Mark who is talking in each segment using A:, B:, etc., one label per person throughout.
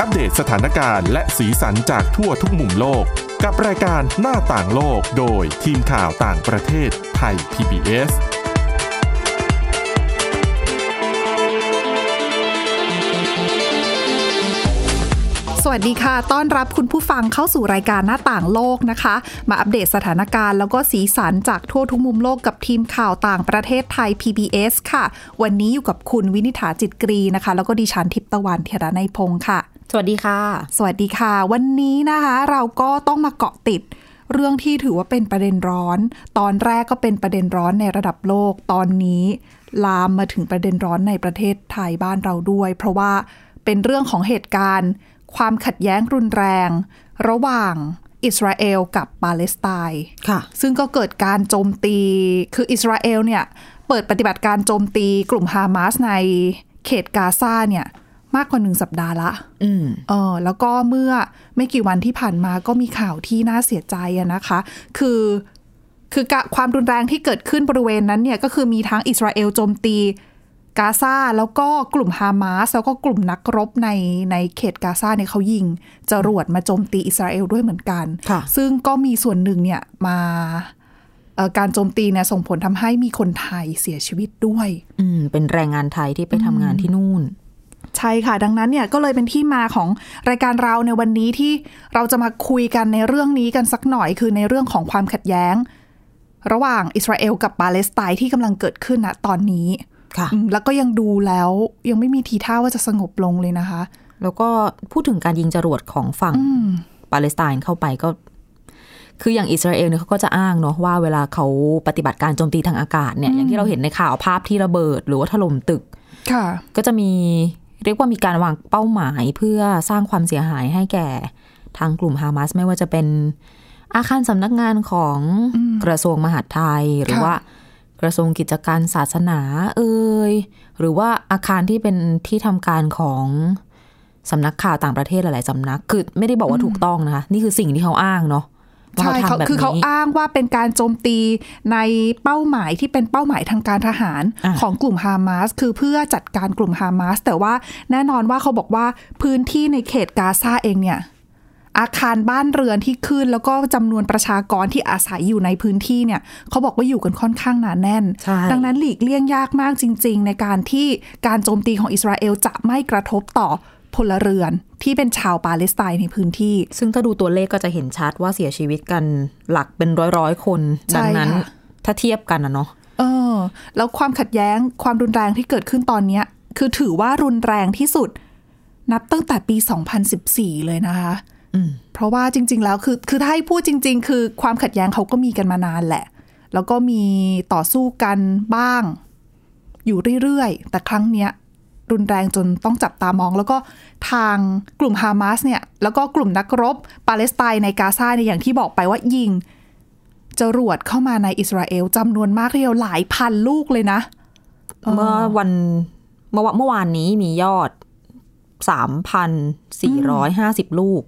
A: อัปเดตสถานการณ์และสีสันจากทั่วทุกมุมโลก กับรายการหน้าต่างโลกโดยทีมข่าวต่างประเทศไทย PBS
B: สวัสดีค่ะ ต้อนรับคุณผู้ฟังเข้าสู่รายการหน้าต่างโลกนะคะ มาอัปเดตสถานการณ์แล้วก็สีสันจากทั่วทุกมุมโลกกับทีมข่าวต่างประเทศไทย PBS ค่ะ วันนี้อยู่กับคุณวินิษฐาจิตกรีนะคะ แล้วก็ดิฉันทิพย์ตะวันเทระในยพงค์ค่ะ
C: สวัสดีค่ะ
B: สวัสดีค่ะ วันนี้นะคะเราก็ต้องมาเกาะติด เรื่องที่ถือว่าเป็นประเด็นร้อน ตอนแรกก็เป็นประเด็นร้อนในระดับโลก ตอนนี้ ลามมาถึงประเด็นร้อนในประเทศไทยบ้านเราด้วย เพราะว่าเป็นเรื่องของเหตุการณ์ ความขัดแย้งรุนแรง ระหว่างอิสราเอลกับปาเลสไตน์
C: ค่ะ
B: ซึ่งก็เกิดการโจมตี คืออิสราเอลเนี่ย เปิดปฏิบัติการโจมตีกลุ่มฮามาสในเขตกาซาเนี่ย มากกว่าหนึ่งสัปดาห์ละ
C: อืม
B: เออแล้วก็เมื่อไม่กี่วันที่ผ่านมาก็มีข่าวที่น่าเสียใจอะนะคะ คือคือกะความรุนแรงที่เกิดขึ้นบริเวณนั้นเนี่ย ก็คือมีทั้งอิสราเอลโจมตีกาซาแล้วก็กลุ่มฮามาสแล้วก็กลุ่มนักรบในในเขตกาซาเนี่ยเขายิงจรวดมาโจมตีอิสราเอลด้วยเหมือนกัน
C: ค่ะ
B: ซึ่งก็มีส่วนหนึ่งเนี่ยมาเอ่อการโจมตีเนี่ยส่งผลทำให้มีคนไทยเสียชีวิตด้วย
C: อืม เป็นแรงงานไทยที่ไปทำงานที่นู่น
B: ใช่ค่ะ ดังนั้นเนี่ยก็เลยเป็นที่มาของรายการเราในวันนี้ที่เราจะมาคุยกันในเรื่องนี้กันสักหน่อยคือในเรื่องของความขัดแย้ง ระหว่างอิสราเอลกับปาเลสไตน์ที่กำลังเกิดขึ้นนะตอนนี้
C: ค่ะ
B: อืมแล้วก็ยังดูแล้วยังไม่มีทีท่าว่าจะสงบลงเลยนะคะ
C: แล้วก็พูดถึงการยิงจรวดของฝั่งปาเลสไตน์เข้าไปก็ คืออย่างอิสราเอลเนี่ยเขาก็จะอ้างเนาะว่าเวลาเขาปฏิบัติการโจมตีทางอากาศเนี่ย อย่างที่เราเห็นในข่าวภาพที่ระเบิด หรือว่าถล่มตึก
B: ค่ะ
C: ก็จะมีเรียกว่ามีการวางเป้าหมายเพื่อสร้างความเสียหายให้แก่ทางกลุ่มฮามาสไม่ว่าจะเป็นอาคารสำนักงานของกระทรวงมหาดไทย หรือ
B: ค่ะ
C: ว่า กระทรวงกิจการศาสนาเอ่ยหรือว่าอาคารที่เป็นที่ทำการของสำนักข่าวต่างประเทศหลาย ๆสำนัก คือไม่ได้บอกว่าถูกต้องนะคะ นี่คือสิ่งที่เขาอ้างเนาะว่า
B: ใช่
C: เขา
B: เขา
C: ทำแบบ
B: คือเขา
C: นี้
B: อ้างว่าเป็นการโจมตีในเป้าหมายที่เป็นเป้าหมายทางการทหาร
C: อ่ะ
B: ของกลุ่มฮามาสคือเพื่อจัดการกลุ่มฮามาสแต่ว่าแน่นอนว่าเขาบอกว่าพื้นที่ในเขตกาซาเองเนี่ย อาคารบ้านเรือนที่ขึ้น แล้วก็จำนวนประชากรที่อาศัยอยู่ในพื้นที่เนี่ยเขาบอกว่าอยู่กันค่อนข้างหนาแน่น
C: ใช่
B: ดังนั้นหลีกเลี่ยงยากมากจริง ๆ ในการที่การโจมตีของอิสราเอลจะไม่กระทบต่อพลเรือนที่เป็นชาวปาเลสไตน์ในพื้นที่
C: ซึ่งถ้าดูตัวเลขก็จะเห็นชัดว่าเสียชีวิตกันหลักเป็นร้อยร้อยๆคน
B: ใช่
C: ดังนั้น
B: ค่ะ
C: ถ้าเทียบกันนะเนาะ
B: เออแล้วความขัดแย้งความรุนแรงที่เกิดขึ้นตอนเนี้ย คือถือว่ารุนแรงที่สุด นับตั้งแต่ปี 2014 เลยนะคะ
C: อืม
B: เพราะว่าจริง ๆ แล้วคือคือถ้าให้พูดจริง ๆ คือความขัดแย้งเขาก็มีกันมานานแหละ แล้วก็มีต่อสู้กันบ้าง อยู่เรื่อยๆ แต่ครั้งเนี้ย รุนแรงจนต้องจับตามอง แล้วก็ทางกลุ่มฮามาสเนี่ย แล้วก็กลุ่มนักรบ ปาเลสไตน์ในกาซาเนี่ยอย่างที่บอกไปว่ายิง จรวดเข้ามาในอิสราเอลจำนวนมากทีเดียวหลายพันลูกเลยนะ
C: เมื่อวันเมื่อวะเมื่อวานนี้มียอด 3,450 ลูก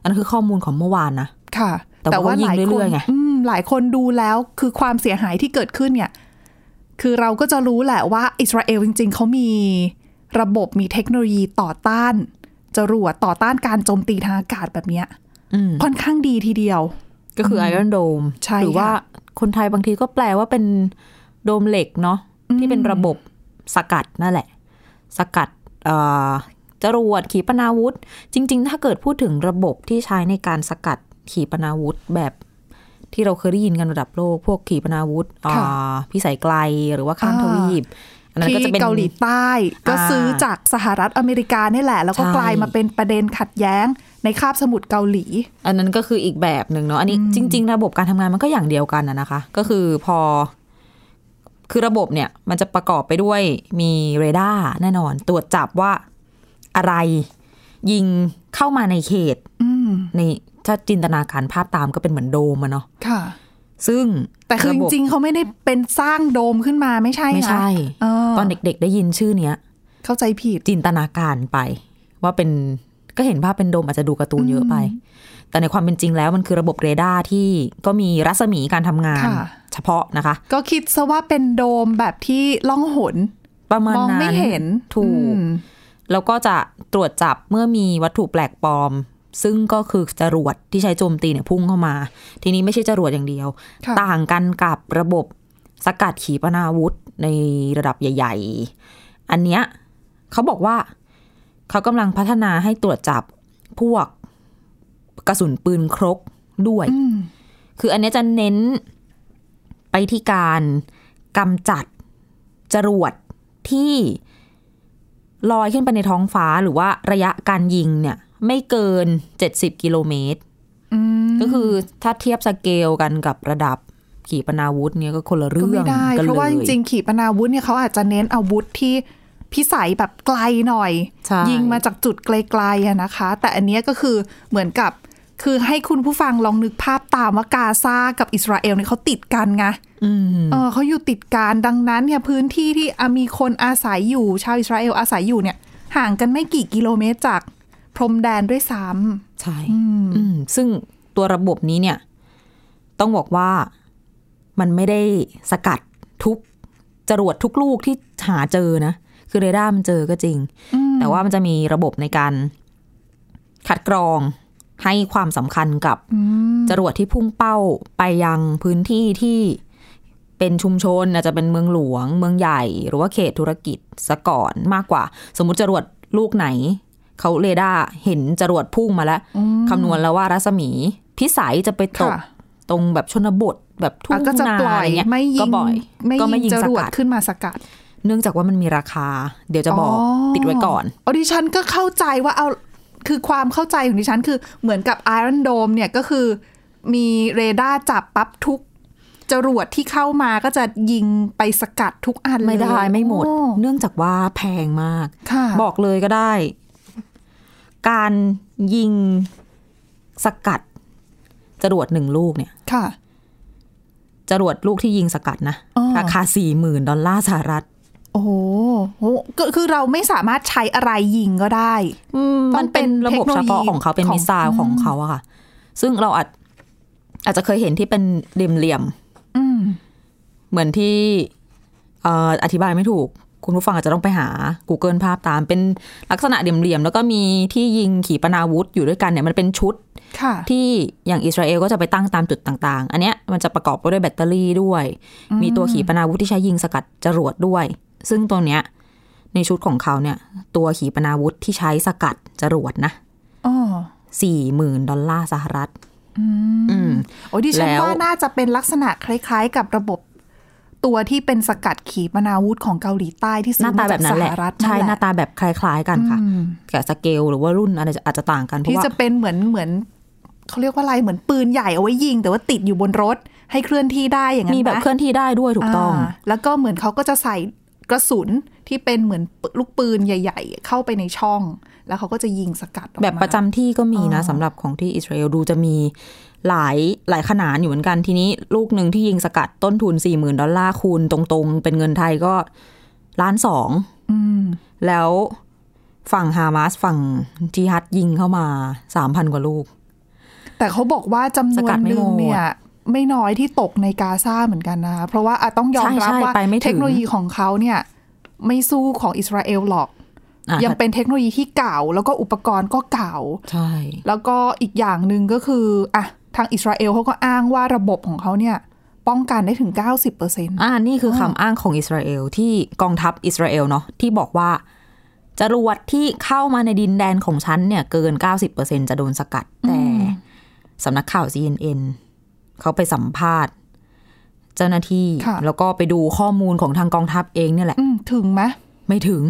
C: อันนั้นคือข้อมูลของเมื่อวานนะ
B: ค่ะ
C: แต่ว่า
B: หลาย
C: ยิง
B: ค
C: เรื่
B: น
C: อยๆไง
B: อืมหลายคนดูแล้วคือความเสียหายที่เกิดขึ้นเนี่ย คือเราก็จะรู้แหละว่าอิสราเอลจริง ๆ เขามีระบบมีเทคโนโลยีต่อต้าน จรวดต่อต้านการโจมตีทางอากาศแบบเนี้ย
C: อืม
B: ค่อนข้างดีทีเดียว
C: ก็คือไอรอนโดม
B: ใช่
C: หรืว่า
B: ค่ะ
C: คนไทยบางทีก็แปลว่าเป็นโดมเหล็กเนาะที่เป็นระบบสกัดนั่นแหละ สกัดเอ่อจรวดขีปนาวุธ จริง ๆ ถ้าเกิดพูดถึงระบบที่ใช้ในการสกัดขีปนาวุธแบบที่เราเคยได้ยินกันระดับโลก พวกขีปนาวุธ
B: ค่ะ
C: อ่าพิสัยไกลหรือว่าข้าม
B: อ่า
C: ทวีปอันนั้นก็จะ
B: ที่
C: เป็น
B: เกาหลีใต้ ก็
C: อ่า
B: ซื้อจากสหรัฐอเมริกานี่แหละ แล้วก็
C: ใช่
B: กลายมาเป็นประเด็นขัดแย้งในคาบสมุทรเกาหลี
C: อันนั้นก็คืออีกแบบหนึ่งเนาะอันนี้จริง ๆ ระบบการทำงานมันก็อย่างเดียวกันนะนะคะ ก็คือพอ คือระบบเนี่ยมันจะประกอบไปด้วยมีเรดาร์แน่นอน ตรวจจับว่าอะไรยิงเข้ามาในเขต
B: อืม
C: ในถ้าจินตนาการภาพตามก็เป็นเหมือนโดมอะเนาะ
B: ค่ะ
C: ซึ่ง
B: แต่คือจริง ๆเขาไม่ได้เป็นสร้างโดมขึ้นมาไม่ใช่
C: ๆไม่
B: นะ
C: ใช่
B: เออ
C: ตอนเด็กๆได้ยินชื่อเนี้ย
B: เข้าใจผิด
C: จินตนาการไป ว่าเป็นก็เห็นภาพเป็นโดมอาจจะดูการ์ตูนเยอะไป แต่ในความเป็นจริงแล้วมันคือระบบเรดาร์ที่ก็มีรัศมีการทำงาน
B: ค่ะ
C: เฉพาะนะคะ
B: ก็คิดซะว่าเป็นโดมแบบที่ล่องหน
C: ประมาณ
B: มอง
C: นั้น
B: ไม่เห็น
C: ถู
B: อื
C: ก
B: ม
C: แล้วก็จะตรวจจับเมื่อมีวัตถุแปลกปลอม ซึ่งก็คือจรวดที่ใช้โจมตีเนี่ยพุ่งเข้ามา ทีนี้ไม่ใช่จรวดอย่างเดียว
B: ค่ะ
C: ต่างกันกับระบบสกัดขีปนาวุธในระดับใหญ่ ๆ อันเนี้ยเขาบอกว่าเขากำลังพัฒนาให้ตรวจจับพวกกระสุนปืนครกด้วย
B: อืม
C: คืออันเนี้ยจะเน้นไปที่การกำจัดจรวดที่ลอยขึ้นไปในท้องฟ้าหรือว่าระยะการยิงเนี่ย ไม่เกิน 70 กิโลเมตร
B: อืม
C: ก็คือถ้าเทียบสเกลกันกับระดับขีปนาวุธเนี่ยก็คนละ
B: ก็
C: เรื่
B: ไม่
C: อง
B: ได้
C: กัน
B: เพราะว่า
C: ลย
B: จริงๆขีปนาวุธเนี่ยเขาอาจจะเน้นอาวุธที่พิสัยแบบไกลหน่อย
C: ใช่
B: ยิงมาจากจุดไกลๆอะนะคะ แต่อันเนี้ยก็คือเหมือนกับ คือให้คุณผู้ฟังลองนึกภาพตามว่ากาซากับอิสราเอลเนี่ยเขาติดกันไง
C: อืม
B: เออเขาอยู่ติดกันดังนั้นเนี่ยพื้นที่ที่อ่ะมีคนอาศัยอยู่ ชาวอิสราเอลอาศัยอยู่เนี่ย ห่างกันไม่กี่กิโลเมตรจากพรมแดนด้วยซ้
C: ใช่
B: ำอืม
C: อืมซึ่งตัวระบบนี้เนี่ย ต้องบอกว่ามันไม่ได้สกัดทุกจรวดทุกลูกที่หาเจอนะ คือเรดาร์มันเจอก็จริง
B: อืม
C: แต่ว่ามันจะมีระบบในการคัดกรองให้ความสำคัญกับ
B: อืม
C: จรวดที่พุ่งเป้าไปยังพื้นที่ที่เป็นชุมชนอาจจะเป็นเมืองหลวง เมืองใหญ่ หรือว่าเขตธุรกิจสะก่อนมากกว่า สมมุติจรวดลูกไหน เขาเรดาร์เห็นจรวดพุ่งมาแล้ว
B: อืม
C: คำนวณแล้วว่ารัศมี พิสัยจะไปตก
B: ค่ะ
C: ตรงแบบชนบทแบบทุ่ง
B: อ่ะก็จะ
C: นา
B: ปล่
C: อะ
B: อ
C: ไร
B: ย
C: เงี้ย
B: ไม่ยิ
C: ก็
B: ง
C: บ่อยก็ไม่ยิง
B: จ
C: ส
B: รวด
C: กัด
B: ขึ้นมาสกัด
C: เนื่องจากว่ามันมีราคา เดี๋ยวจะบอก
B: อ๋อ
C: ติดไว้ก่อน
B: ออดิฉันก็เข้าใจว่าเอาคือความเข้าใจของดิฉันคือเหมือนกับ Iron Dome เนี่ยก็คือมีเรดาร์จับปั๊บทุก จรวดที่เข้ามาก็จะยิงไปสกัดทุกอันเลย
C: ไม่ได้ไม่หมด
B: โอ้
C: เนื่องจากว่าแพงมาก
B: ค่ะ
C: บอกเลยก็ได้ การยิงสกัด จรวดหนึ่งลูกเนี่ย
B: ค่ะ
C: จรวดลูกที่ยิงสกัดนะ
B: อ๋อ
C: ราคาสี่หมื่นดอลลาร์สหรัฐ
B: โอ้โหโอ้ก็คือเราไม่สามารถใช้อะไรยิงก็ได้
C: มันเป็น
B: ต้องเป็น
C: ระบบเฉพาะ
B: เทคโนโลยี
C: ของเขาเป็น
B: ของ
C: มิสไซล์ของเขาอะค่ะ ซึ่งเราอาจอาจจะเคยเห็นที่เป็นเหลี่ยม
B: อืม
C: ๆเหมือนที่เอ่ออธิบายไม่ถูก คุณผู้ฟังอาจจะต้องไปหา Google ภาพตาม เป็นลักษณะเหลี่ยมๆแล้วก็มีที่ยิงขีปนาวุธอยู่ด้วยกันเนี่ยมันเป็นชุด
B: ค่ะ
C: ที่อย่างอิสราเอลก็จะไปตั้งตามจุดต่างๆ อันเนี้ยมันจะประกอบไปด้วยแบตเตอรี่ด้วย มีตัวขีปนาวุธที่ใช้ยิงสกัดจรวดด้วย ซึ่งตัวเนี้ยในชุดของเขาเนี่ย ตัวขีปนาวุธที่ใช้สกัดจรวดนะ
B: อ๋อ
C: สี่หมื่นดอลลาร์สหรัฐ อืม
B: โอ้ยดิฉัน
C: แล้ว
B: ว่าน่าจะเป็นลักษณะคล้าย ๆ กับระบบตัวที่เป็นสกัดขีปนาวุธของเกาหลีใต้ที่
C: ห
B: ซื้
C: น้า
B: อ
C: ตา
B: มา
C: แบ
B: จาก
C: บนั้
B: ส
C: น
B: ห
C: แหละ
B: รัฐ
C: ใช่
B: นั่น
C: ห
B: แห
C: น้า
B: ละ
C: ตาแบบคล้าย ๆ กันค่ะ
B: อืม
C: แต่สเกลหรือว่ารุ่นอะไรอาจจะต่างกันเพราะ
B: ที่
C: ว่า
B: จะเป็นเหมือนเหมือนเขาเรียกว่าอะไรเหมือนปืนใหญ่เอาไว้ยิง แต่ว่าติดอยู่บนรถให้เคลื่อนที่ได้อย่างนั้น
C: มีแบบ
B: ปะ
C: เคลื่อนที่ได้ด้วยถูกต้อง
B: าแล้วก็เหมือนเขาก็จะใส่กระสุนที่เป็นเหมือนลูกปืนใหญ่ ๆ เข้าไปในช่อง แล้วเขาก็จะยิงสกัดออกมา
C: แบบประจำที่ก็มีนะสำหรับของที่อิสราเอลดูจะมีหลายหลายขนาดอยู่เหมือนกันทีนี้ลูกหนึ่งที่ยิงสกัดต้นทุน 4 0,000 ดอลลาร์คูณตรงๆ เป็นเงินไทยก็ล้านสองแล้วฝั่งฮามาสฝั่งจิฮัดยิงเข้ามา 3,000 กว่าลูก
B: แต่เขาบอกว่าจำน
C: ส
B: ว
C: กัน ดไม่
B: หนึ่
C: หม
B: ง
C: ด
B: เนี่ย ไม่น้อยที่ตกในกาซาเหมือนกันนะคะเพราะว่าอะต้องยอมรับ
C: ใช่ใช่
B: ว่า
C: ไปไม่ถึง
B: เทคโนโลยีของเขาเนี่ย ไม่สู้ของอิสราเอลหรอก
C: อ่ะ
B: ยังเป็นเทคโนโลยีที่เก่า แล้วก็อุปกรณ์ก็เก่า
C: ใช่
B: แล้วก็อีกอย่างหนึ่งก็คืออ่ะทางอิสราเอลเขาก็อ้างว่าระบบของเขาเนี่ย ป้องกันได้ถึง 90%เปอร์เซ็นต์
C: อ่านี่คือคำอ้างของอิสราเอลที่กองทัพอิสราเอลเนาะที่บอกว่าจรวดที่เข้ามาในดินแดนของฉันเนี่ย เกิน 90%จะโดนสกัดแต่ สำนักข่าว CNN เขาไปสัมภาษณ์ เจ้าหน้าที่ แล้วก็ไปดูข้อมูลของทางกองทัพเองเนี่ยแหละ
B: ถึงไหม
C: ไม่ถึง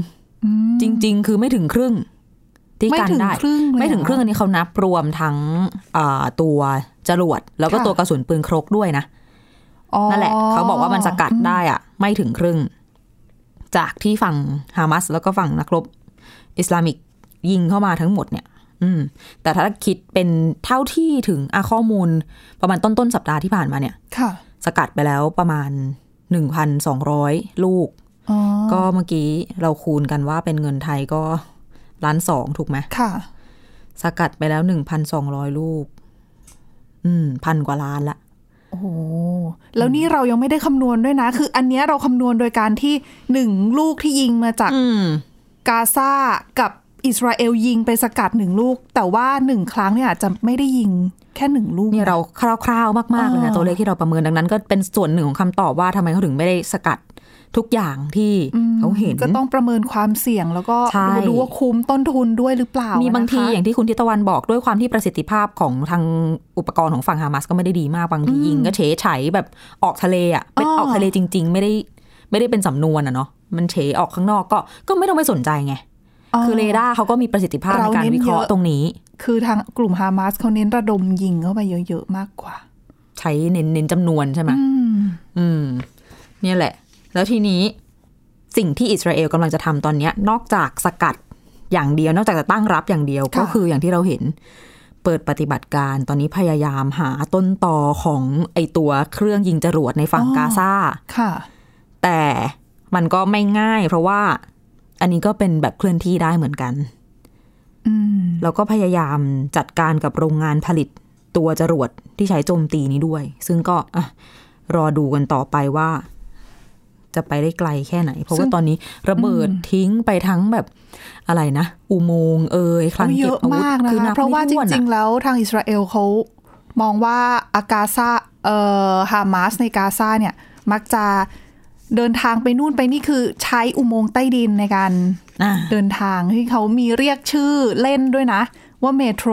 C: จริง ๆ คือไม่ถึงครึ่ง ที่
B: ไม่
C: กัน
B: ถึง
C: ได้
B: ครึ่งเลย
C: ไม่ถึง
B: เหอ
C: ครึ่งอันนี้เขานับรวมทั้งอ่าตัวจรวด แล้วก็
B: ค่ะ
C: ตัวกระสุนปืนครกด้วยนะ
B: อ๋อ
C: นั่นแหละ เขาบอกว่ามันสกัดได้อะไม่ถึงครึ่ง จากที่ฝั่งฮามาสแล้วก็ฝั่งนักรบ อิสลามิกยิงเข้ามาทั้งหมดเนี่ย อืม แต่ถ้าคิดเป็นเท่าที่ถึงอะข้อมูลประมาณต้นต้นๆสัปดาห์ที่ผ่านมาเนี่ย
B: ค่ะ
C: สกัดไปแล้วประมาณ 1,200 ลูก
B: อ๋อ
C: ก็เมื่อกี้เราคูณกันว่าเป็นเงินไทยก็ล้านสองถูกไหม
B: ค่ะ
C: สกัดไปแล้ว 1,200 ลูก อืมพันกว่าล้านละ
B: โอ้โหแล้วนี่เรายังไม่ได้คำนวณด้วยนะ คืออันเนี้ยเราคำนวณโดยการที่หนึ่งลูกที่ยิงมาจาก
C: อืม
B: กาซากับอิสราเอลยิงไปสกัดหนึ่งลูก แต่ว่าหนึ่งครั้งเนี่ยอาจจะไม่ได้ยิงแค่หนึ่งลูก
C: นี่เราคร่าวๆมากๆเลยนะ
B: อ่า
C: ตัวเลขที่เราประเมินดังนั้น ก็เป็นส่วนหนึ่งของคำตอบว่าทำไมเขาถึงไม่ได้สกัดทุกอย่างที่เขาเห็น
B: ก็ต้องประเมินความเสี่ยงแล้วก็
C: ใช่
B: ดูว่าคุ้มต้นทุนด้วยหรือเปล่า
C: มี
B: มี
C: บางทีอย่างที่คุณทิตวันบอกด้วยความที่ประสิทธิภาพของทางอุปกรณ์ของฝั่งฮามาสก็ไม่ได้ดีมากบางทียิงก็เฉยฉแบบออกทะเลอ่ะเป็นออกทะเลจริง ๆ ไม่ได้ไม่ได้เป็นสำนวนอ่ะเนาะมันเฉยออกข้างนอกก็ก็ไม่ต้องไปสนใจไง คือเรดาร์เขาก็มีประสิทธิภาพในการวิเคราะห์ตรงนี้
B: คือทางกลุ่มฮามาสเขาเน้นระดมยิงเข้าไปเยอะ ๆ มากกว่า
C: ใช้เน้นเน้นจำนวนใช่ไหม อืม เนี่ยแหละ แล้วทีนี้สิ่งที่อิสราเอลกำลังจะทำตอนเนี้ย นอกจากสกัดอย่างเดียว นอกจากจะตั้งรับอย่างเดียว
B: ค่ะ
C: ก็คืออย่างที่เราเห็น เปิดปฏิบัติการตอนนี้พยายามหาต้นตอของไอตัวเครื่องยิงจรวดในฝั่งกาซา
B: ค่ะ
C: แต่มันก็ไม่ง่ายเพราะว่าอันนี้ก็เป็นแบบเคลื่อนที่ได้เหมือนกัน
B: อืม
C: แล้วก็พยายามจัดการกับโรงงานผลิตตัวจรวดที่ใช้โจมตีนี้ด้วย ซึ่งก็อ่ะรอดูกันต่อไปว่า จะไปได้ไกลแค่ไหน เพราะ
B: ซึ่
C: ว่าง ตอนนี้ระเบิดทิ้งไปทั้งแบบอะไรนะ อุโมงค์เอ่ยคลัง
B: โอ้ยเย
C: เก็บ
B: อะ
C: อาวุธ
B: มากนะ
C: คือนั
B: คะ
C: บ
B: เพราะว่าจ
C: ไม่ถ้วน
B: ริง
C: อะ
B: ๆ แล้วทางอิสราเอลเขามองว่าอากาซาเอ่อฮามาสในกาซาเนี่ย มักจะเดินทางไปนู่นไปนี่คือใช้อุโมงค์ใต้ดินในการ
C: อ่ะ
B: เดินทางที่เขามีเรียกชื่อเล่นด้วยนะ ว่าเมโทร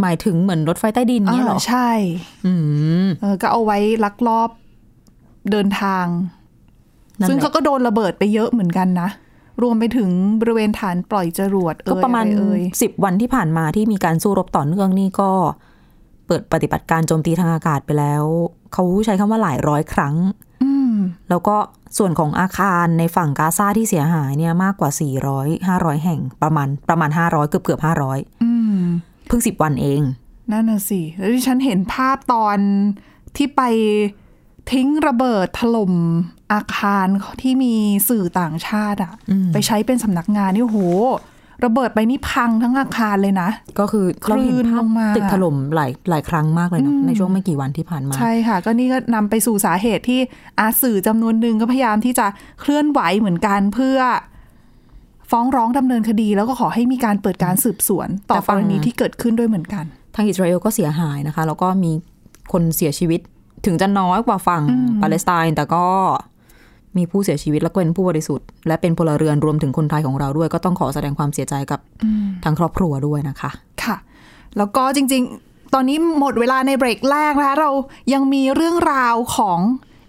C: หมายถึงเหมือนรถไฟใต้ดินเนี่ยเหรอ
B: ใช่
C: อืม
B: เออก็เอาไว้ลักลอบเดินทาง
C: นั่น
B: ซึ่ง
C: แห
B: เขา
C: ละ
B: ก็โดนระเบิดไปเยอะเหมือนกันนะ รวมไปถึงบริเวณฐานปล่อยจรวดเอ่ย
C: ก็ประมาณ
B: อไเอ่ย
C: สิบวันที่ผ่านมาที่มีการสู้รบต่อเนื่องนี่ก็ เปิดปฏิบัติการโจมตีทางอากาศไปแล้ว เขาใช้คำว่าหลายร้อยครั้ง
B: อืม
C: แล้วก็ส่วนของอาคารในฝั่งกาซาที่เสียหายเนี่ยมากกว่า 400 500 แห่งประมาณประมาณ 500 เกือบเกือบ500
B: อืม
C: เพิ่ง 10 วันเอง
B: นั่นน่ะสิ แล้วที่ฉันเห็นภาพตอนที่ไปทิ้งระเบิดถล่มอาคารที่มีสื่อต่างชาติอะ
C: อืม
B: ไปใช้เป็นสำนักงานนี่โห ระเบิดไปนี่พังทั้งอาคารเลยนะ
C: ก็คือเราเห็
B: ค
C: นภา
B: ลื่นล
C: พ
B: งมา
C: ตึกถล่มหลายหลายครั้งมากเลยเนอะ
B: อืม
C: ในช่วงไม่กี่วันที่ผ่านมา
B: ใช่ค่ะ ก็นี่ก็นำไปสู่สาเหตุที่อาสื่อจำนวนหนึ่งก็พยายามที่จะเคลื่อนไหวเหมือนกันเพื่อ ฟ้องร้องดำเนินคดีแล้วก็ขอให้มีการเปิดการสืบสวน ต่อ
C: แต่
B: ก
C: ฟัง
B: รณีที่เกิดขึ้นด้วยเหมือนกัน
C: ทางอิสราเอลก็เสียหายนะคะ แล้วก็มีคนเสียชีวิตถึงจะน้อยกว่าฝั่งปาเลสไตน์แต่ก็มีผู้เสียชีวิตและก็เป็นผู้บริสุทธิ์และเป็นพลเรือนรวมถึงคนไทยของเราด้วย ก็ต้องขอแสดงความเสียใจกับทางครอบครัวด้วยนะคะ
B: ค่ะ แล้วก็จริงๆ ตอนนี้หมดเวลาในเบรกแรกนะคะ เรายังมีเรื่องราวของ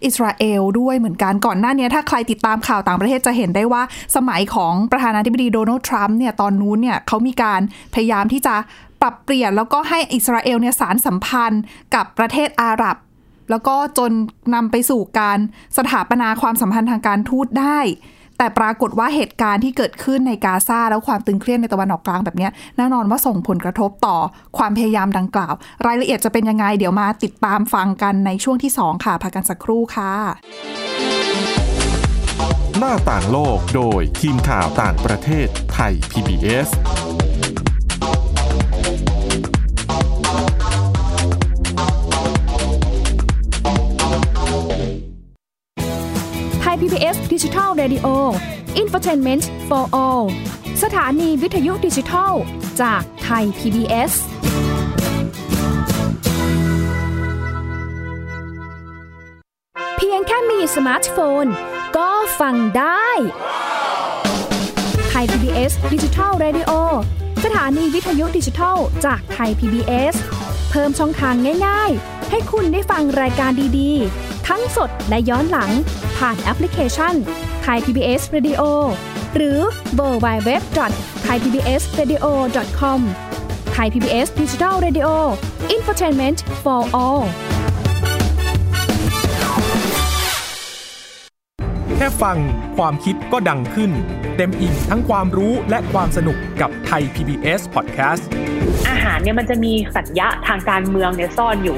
B: อิสราเอลด้วยเหมือนกัน ก่อนหน้านี้ถ้าใครติดตามข่าวต่างประเทศจะเห็นได้ว่า สมัยของประธานาธิบดีโดนัลด์ทรัมป์เนี่ย ตอนนู้นเนี่ยเขามีการพยายามที่จะปรับเปลี่ยน แล้วก็ให้อิสราเอลเนี่ยสารสัมพันธ์กับประเทศอาหรับ แล้วก็จนนำไปสู่การสถาปนาความสัมพันธ์ทางการทูตได้ แต่ปรากฏว่าเหตุการณ์ที่เกิดขึ้นในกาซาแล้วความตึงเครียดในตะวันออกกลางแบบเนี้ยแน่นอนว่าส่งผลกระทบต่อความพยายามดังกล่าว รายละเอียดจะเป็นยังไง เดี๋ยวมาติดตามฟังกันในช่วงที่ 2 ค่ะพักกันสักครู่ค่ะ
A: หน้าต่างโลกโดยทีมข่าวต่างประเทศไทย PBS
D: ไทย PBS ดิจิทัล Radio Infotainment for All สถานีวิทยุดิจิทัลจากไทย PBS เพียงแค่มีสมาร์ทโฟน ก็ฟังได้ไทย PBS ดิจิทัล Radio สถานีวิทยุดิจิทัลจากไทย PBS เพิ่มช่องทางง่ายๆ ให้คุณได้ฟังรายการดีๆ ทั้งสดและย้อนหลัง ผ่านแอปพลิเคชันไทย PBS Radio หรือเวอร์บายเว็บไทยพีบีเอสเรดิโอคอมไทยพีบีเอสดิจิทัลเรดิโออินฟอร์ทนเมนต์ for all
E: แค่ฟังความคิดก็ดังขึ้น เต็มอิ่งทั้งความรู้และความสนุกกับไทย PBS Podcast
F: อาหารเนี่ยมันจะมีสัญญะทางการเมืองเนี่ยซ่อนอยู่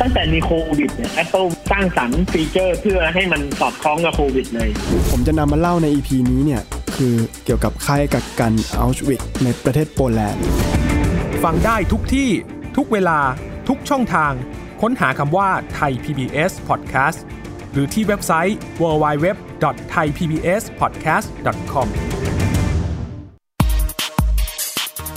G: ตั้งแต่มีโควิดเนี่ย Apple สร้างสรรค์ฟีเจอร์เพื่อให้มันสอดคล้องกับโควิดเลย
H: ผมจะนำมาเล่าใน EP นี้เนี่ย คือเกี่ยวกับค่ายกักกันอัลชวิกในประเทศโปแลนด์
E: ฟังได้ทุกที่ทุกเวลาทุกช่องทาง ค้นหาคำว่าไทย PBS Podcast หรือที่เว็บไซต์ www.thaipbspodcast.com
D: เ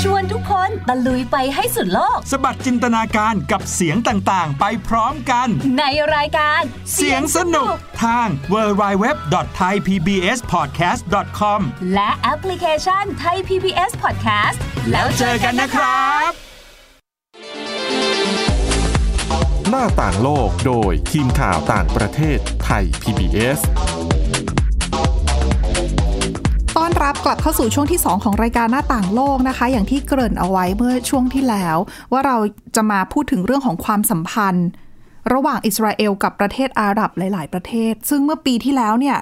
I: ชวนทุกคนตะลุยไปให้สุดโลก
J: สะบัดจินตนาการกับเสียงต่าง ๆ ไปพร้อมกัน
I: ในรายการ
J: เสียงสนุกทาง www.thaipbspodcast.com
I: และแอปพลิเคชันไทย PBS Podcast
J: แล้วเจอกันนะครับ
A: หน้าต่างโลกโดยทีมข่าวต่างประเทศไทย PBS
B: ต้อนรับกลับเข้าสู่ช่วงที่ 2 ของรายการหน้าต่างโลกนะคะ อย่างที่เกริ่นเอาไว้เมื่อช่วงที่แล้ว ว่าเราจะมาพูดถึงเรื่องของความสัมพันธ์ ระหว่างอิสราเอลกับประเทศอาหรับหลาย ๆ ประเทศ ซึ่งเมื่อปีที่แล้วเนี่ย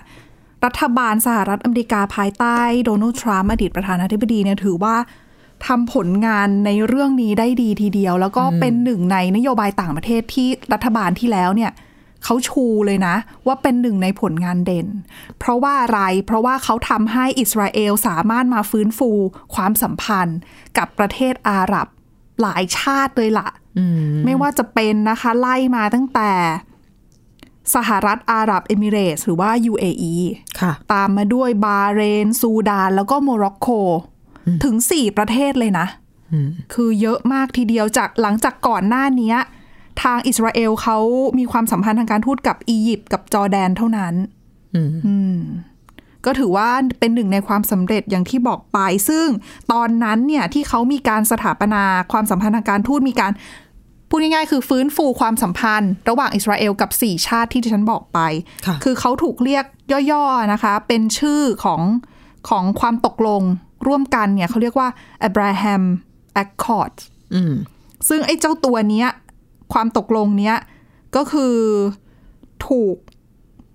B: รัฐบาลสหรัฐอเมริกาภายใต้โดนัลด์ทรัมป์อดีตประธานาธิบดีเนี่ยถือว่าทำผลงานในเรื่องนี้ได้ดีทีเดียว แล้วก็เป็นหนึ่งในนโยบายต่างประเทศที่รัฐบาลที่แล้วเนี่ยเขาชูเลยนะ ว่าเป็นหนึ่งในผลงานเด่น เพราะว่าอะไร เพราะว่าเขาทำให้อิสราเอลสามารถมาฟื้นฟูความสัมพันธ์กับประเทศอาหรับหลายชาติเลยละ่ะ ไม่ว่าจะเป็นนะคะไล่มาตั้งแต่ สหรัฐอาหรับเอมิเรสหรือว่า UAE
C: ค่ะ
B: ตามมาด้วยบาเรน ซูดาน แล้วก็โมร็อกโกถึง 4 ประเทศเลยนะ คือเยอะมากทีเดียวจากหลังจากก่อนหน้าเนี้ย ทางอิสราเอลเขามีความสัมพันธ์ทางการทูตกับอียิปต์กับจอร์แดนเท่านั้น อืม ก็ถือว่าเป็นหนึ่งในความสำเร็จอย่างที่บอกไป ซึ่งตอนนั้นเนี่ยที่เขามีการสถาปนาความสัมพันธ์ทางการทูตมีการพูดง่ายๆคือฟื้นฟูความสัมพันธ์ ระหว่างอิสราเอลกับ 4 ชาติที่ดิฉันบอกไป
C: ค่ะ
B: อเขาถูกเรียกย่อๆนะคะ เป็นชื่อของของความตกลงร่วมกันเนี่ยเขาเรียกว่า Abraham Accord
C: อืม
B: ซึ่งไอ้เจ้าตัวเนี้ย ความตกลงเนี้ย ก็คือถูก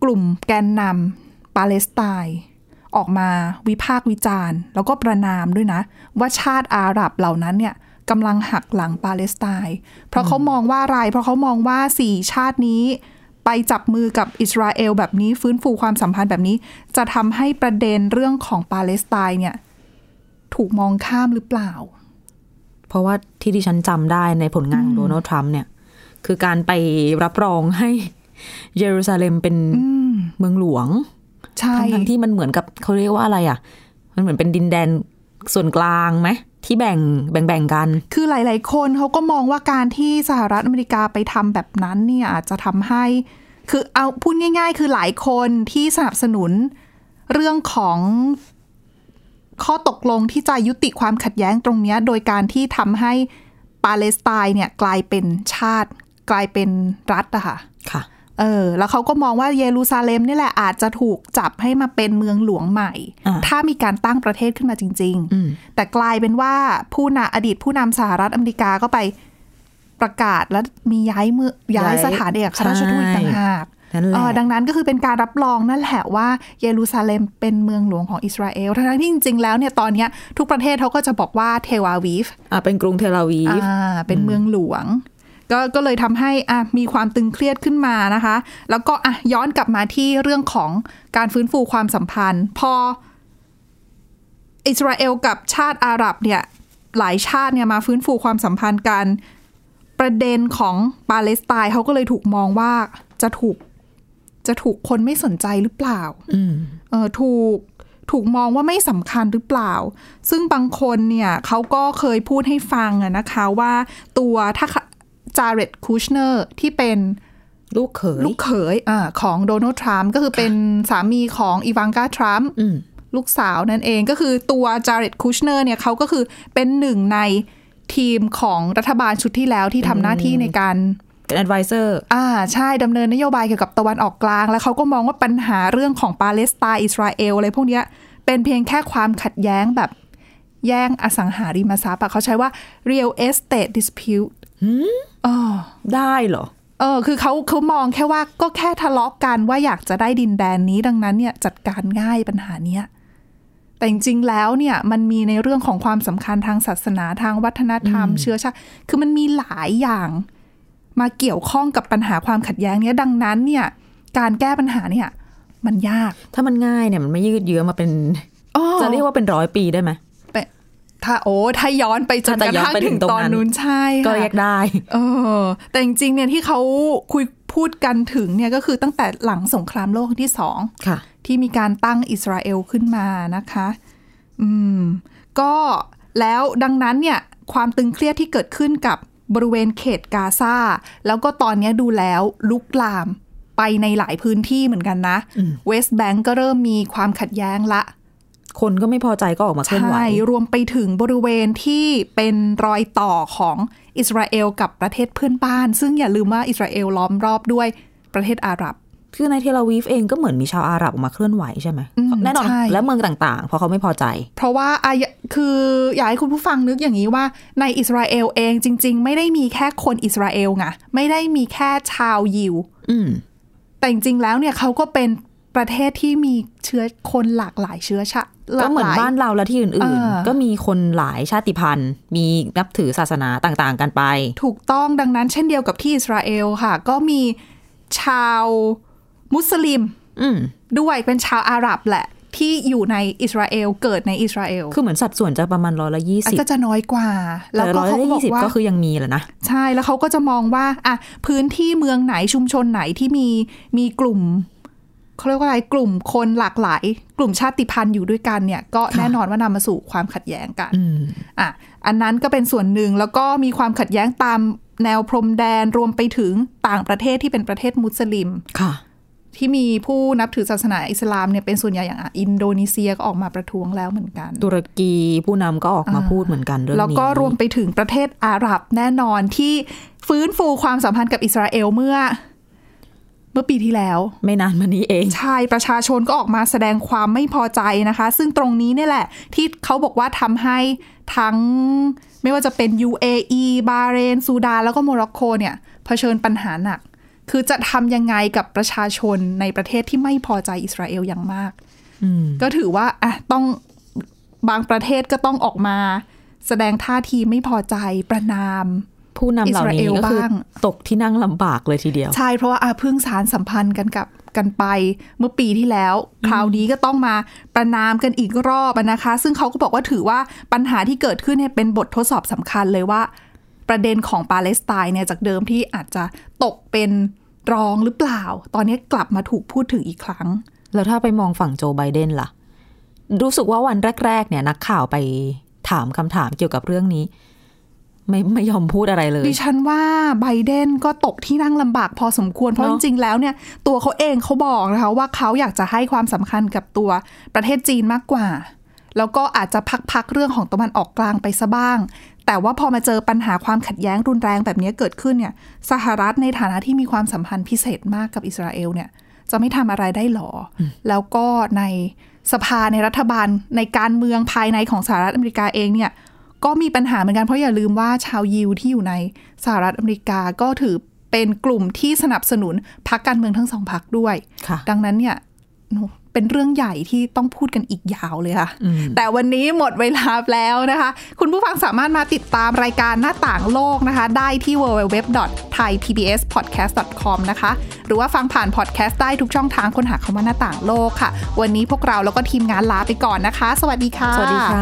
B: กลุ่มแกนนำปาเลสไตน์ออกมาวิพากษ์วิจารณ์ แล้วก็ประนามด้วยนะ ว่าชาติอาหรับเหล่านั้นเนี่ยกำลังหักหลังปาเลสไตน์เพราะเขามองว่าอะไร เพราะเขามองว่าสี่ชาตินี้ ไปจับมือกับอิสราเอลแบบนี้ฟื้นฟูความสัมพันธ์แบบนี้ จะทำให้ประเด็นเรื่องของปาเลสไตน์เนี่ย ถูกมองข้ามหรือเปล่า
C: เพราะว่าที่ดิฉันจำได้ในผลงานของโดนัลด์ทรัมป์เนี่ย คือการไปรับรองให้ เยรูซาเล็มเป็นเมืองหลวง
B: ใช่
C: ทั้งๆที่มันเหมือนกับเขาเรียกว่าอะไรอ่ะ มันเหมือนเป็นดินแดนส่วนกลางไหม ที่แบ่งแบ่งแบ่งๆกัน
B: คือหลาย ๆ คนเขาก็มองว่าการที่สหรัฐอเมริกาไปทำแบบนั้นเนี่ยอาจจะทำให้ คือเอาพูดง่าย ๆ คือหลายคนที่สนับสนุนเรื่องของข้อตกลงที่จะยุติความขัดแย้งตรงเนี้ยโดยการที่ทำให้ปาเลสไตน์เนี่ยกลายเป็นชาติ กลายเป็นรัฐอะค่ะ
C: ค่ะ
B: เออแล้วเขาก็มองว่าเยรูซาเล็มนี่แหละอาจจะถูกจับให้มาเป็นเมืองหลวงใหม่
C: อ่า
B: ถ้ามีการตั้งประเทศขึ้นมาจริง
C: อืม
B: ๆ แต่กลายเป็นว่าผู้นำอดีตผู้นำสหรัฐอเมริกาก็ไปประกาศและมีย้ายเมืองย้า
C: ย้าย
B: ยสถานเอกอัครราชทูต
C: ใช่
B: ต่างหาก
C: นั่นแห
B: เอ
C: ละ
B: อดังนั้นก็คือเป็นการรับรองนั่นแหละว่าเยรูซาเล็มเป็นเมืองหลวงของอิสราเอลทั้งๆที่จริง ๆ แล้วเนี่ยตอนเนี้ยทุกประเทศเขาก็จะบอกว่าเทวาวีฟ
C: อ่ะเป็นกรุงเทลอาวีฟ
B: อ่าเป็นเมืองหลวง ก็ก็เลยทำให้อ่ะมีความตึงเครียดขึ้นมานะคะ แล้วก็อ่ะย้อนกลับมาที่เรื่องของการฟื้นฟูความสัมพันธ์ พออิสราเอลกับชาติอาหรับเนี่ยหลายชาติเนี่ยมาฟื้นฟูความสัมพันธ์กัน ประเด็นของปาเลสไตน์เขาก็เลยถูกมองว่าจะถูกจะถูกคนไม่สนใจหรือเปล่า
C: อืม
B: เออถูกถูกมองว่าไม่สำคัญหรือเปล่า ซึ่งบางคนเนี่ยเขาก็เคยพูดให้ฟังอะนะคะว่าตัวถ้าจาเรดคูชเนอร์ที่เป็น
C: ลูกเขย
B: ลูกเขยอาของโดนัลด์ทรัมป์ก็คือเป็นสามีของอีวานกาทรัมป์
C: อืม
B: ลูกสาวนั่นเองก็คือตัวจาร็ดคูชเนอร์เนี่ยเขาก็คือเป็นหนึ่งในทีมของรัฐบาลชุดที่แล้วที่ทำหน้าที่ในการ
C: เป็น advisor
B: อ่าใช่ดำเนินนโยบายเกี่ยวกับตะวันออกกลาง แล้วเขาก็มองว่าปัญหาเรื่องของปาเลสไตน์อิสราเอลอะไรพวกเนี้ยเป็นเพียงแค่ความขัดแย้งแบบแย่งอสังหาริมทรัพย์อะเขาใช้ว่า real estate dispute เออ
C: ได้เหรอ
B: เออ คือเขาเขามองแค่ว่าก็แค่ทะเลาะกันว่าอยากจะได้ดินแดนนี้ดังนั้นเนี่ยจัดการง่ายปัญหาเนี้ยแต่จริงๆแล้วเนี่ยมันมีในเรื่องของความสำคัญทางศาสนาทางวัฒนธรรม เชื้อชาติคือมันมีหลายอย่างมาเกี่ยวข้องกับปัญหาความขัดแย้งเนี้ยดังนั้นเนี่ยการแก้ปัญหาเนี่ย มันยาก
C: ถ้ามันง่ายเนี่ยมันไม่ยืดเยื้อมาเป็น
B: อ้อ
C: จะเรียกว่าเป็นร้อยปีได้ไหม
B: ถ้าโอ้ถ้าย้อนไปจน
C: ถ้าก
B: ระ
C: ย้อน
B: ทั่ง
C: ไปถึ
B: ถึง
C: งตรง
B: ตอน
C: นั้น
B: นู้นใช่ค่ะ
C: ก็เรียกได้
B: เออ แต่จริงๆเนี่ยที่เขาคุยพูดกันถึงเนี่ยก็คือตั้งแต่หลังสงครามโลกครั้งที่สอง
C: ค่ะ
B: ที่มีการตั้งอิสราเอลขึ้นมานะคะ อืม ก็แล้วดังนั้นเนี่ย ความตึงเครียดที่เกิดขึ้นกับบริเวณเขตกาซาแล้วก็ตอนเนี้ยดูแล้วลุกลามไปในหลายพื้นที่เหมือนกันนะเวสต์แบงก์ก็เริ่มมีความขัดแย้งละ
C: คนก็ไม่พอใจก็ออกมาเคลื่อนไหว
B: ใช่ รวมไปถึงบริเวณที่เป็นรอยต่อของอิสราเอลกับประเทศเพื่อนบ้าน ซึ่งอย่าลืมว่าอิสราเอลล้อมรอบด้วยประเทศอาหรับ
C: คือในเทลอาวีฟเองก็เหมือนมีชาวอาหรับออกมาเคลื่อนไหวใช่ไหม
B: อืม
C: แน่นอน
B: ใช่
C: และเมืองต่างๆ เพราะเขาไม่พอใจ
B: เพราะว่าอายะคืออยากให้คุณผู้ฟังนึกอย่างนี้ว่าในอิสราเอลเองจริง ๆ ไม่ได้มีแค่คนอิสราเอลไงไม่ได้มีแค่ชาวยิว
C: อืม
B: แต่จริงๆแล้วเนี่ยเขาก็เป็นประเทศที่มีเชื้อคนหลากหลายเชื้อชาติ
C: ก็เหมือน
B: ลลย
C: บ้านเราและที่อื่น
B: อ่า
C: ๆ ก็มีคนหลายชาติพันธุ์ มีนับถือศาสนาต่างๆ กันไป
B: ถูกต้องดังนั้นเช่นเดียวกับที่อิสราเอลค่ะ ก็มีชาวมุสลิม
C: อืม
B: ด้วยเป็นชาวอาหรับแหละ ที่อยู่ในอิสราเอลเกิดในอิสราเอล
C: คือเหมือนสัดส่วนจะประมาณร้อยละยี่
B: อั
C: สิ
B: น
C: บ
B: ก็จะน้อยกว่า แล้วก็
C: ร้อย
B: เขา
C: ละ
B: ก็บอ
C: ยี่สิบ
B: กว่า
C: ก็คือยังมีแหละนะ
B: ใช่แล้วเขาก็จะมองว่าอ่ะพื้นที่เมืองไหนชุมชนไหนที่มีมีกลุ่มเขาเรียกว่าอะไรกลุ่มคนหลากหลาย กลุ่มชาติพันธุ์อยู่ด้วยกันเนี่ย ก็แน่นอนว่านำมาสู่ความขัดแย้งกัน
C: อืม
B: อ่ะอันนั้นก็เป็นส่วนหนึ่งแล้วก็มีความขัดแย้งตามแนวพรมแดนรวมไปถึงต่างประเทศที่เป็นประเทศมุสลิม
C: ค่ะ
B: ที่มีผู้นับถือศาสนาอิสลามเนี่ยเป็นส่วนใหญ่อย่างอ่ะอินโดนีเซียก็ออกมาประท้วงแล้วเหมือนกัน
C: ตุรกีผู้นำก็ออกมาพูดเหมือนกันเรื่องนี้
B: แล้วก็รวมไปถึงประเทศอาหรับแน่นอนที่ฟื้นฟูความสัมพันธ์กับอิสราเอลเมื่อ เมื่อปีที่แล้ว
C: ไม่นานมานี้เอง
B: ใช่ประชาชนก็ออกมาแสดงความไม่พอใจนะคะ ซึ่งตรงนี้เนี่ยแหละ ที่เขาบอกว่าทำให้ทั้งไม่ว่าจะเป็น UAE บาเรนซูดานแล้วก็โมร็อกโกเนี่ยเผชิญปัญหาหนัก คือจะทำยังไงกับประชาชนในประเทศที่ไม่พอใจอิสราเอลอย่างมาก
C: อืม
B: ก็ถือว่าอ่ะต้องบางประเทศก็ต้องออกมา แสดงท่าทีไม่พอใจประนาม
C: ผู้นำเหล่านี้ก็คือ
B: บ้าง
C: ตกที่นั่งลำบากเลยทีเดียว
B: ใช่ เพราะว่าอาเพิ่งสารสัมพันธ์กันกับกันไปเมื่อปีที่แล้ว คราวนี้ก็ต้องมาประนามกันอีกรอบอะนะคะ ซึ่งเขาก็บอกว่าถือว่าปัญหาที่เกิดขึ้นเนี่ยเป็นบททดสอบสำคัญเลยว่า ประเด็นของปาเลสไตน์เนี่ยจากเดิมที่อาจจะตกเป็นรองหรือเปล่า ตอนนี้กลับมาถูกพูดถึงอีกครั้ง
C: แล้วถ้าไปมองฝั่งโจไบเดนล่ะ รู้สึกว่าวันแรก ๆ เนี่ย นักข่าวไปถามคำถามเกี่ยวกับเรื่องนี้ ไม่ไม่ยอมพูดอะไรเลย
B: ดิฉันว่าไบเดนก็ตกที่นั่งลำบากพอสมควร เพราะ
C: เน
B: จ
C: อะ
B: ริงๆ แล้วเนี่ยตัวเขาเองเขาบอกนะคะว่าเขาอยากจะให้ความสำคัญกับตัวประเทศจีนมากกว่า แล้วก็อาจจะพักๆเรื่องของตะวันออกกลางไปซะบ้าง แต่ว่าพอมาเจอปัญหาความขัดแย้งรุนแรงแบบนี้เกิดขึ้นเนี่ยสหรัฐในฐานะที่มีความสัมพันธ์พิเศษมากกับอิสราเอลเนี่ยจะไม่ทำอะไรได้หรออแล้วก็ในสภาในรัฐบาลในการเมืองภายในของสหรัฐอเมริกาเองเนี่ย ก็มีปัญหาเหมือนกันเพราะอย่าลืมว่าชาวยิวที่อยู่ในสหรัฐอเมริกาก็ถือเป็นกลุ่มที่สนับสนุนพรรคการเมืองทั้งสองพรรคด้วย
C: ค่ะ
B: ดังนั้นเนี่ยโอ้เป็นเรื่องใหญ่ที่ต้องพูดกันอีกยาวเลยค่ะ
C: อืม
B: แต่วันนี้หมดเวลาแล้วนะคะ คุณผู้ฟังสามารถมาติดตามรายการหน้าต่างโลกนะคะ ได้ที่ www.thaipbspodcast.com นะคะ หรือว่าฟังผ่านพอดแคสต์ได้ทุกช่องทางค้นหาคำว่าหน้าต่างโลกค่ะ วันนี้พวกเราแล้วก็ทีมงานลาไปก่อนนะคะ สวัสดีค่ะ
C: สวัสดีค่ะ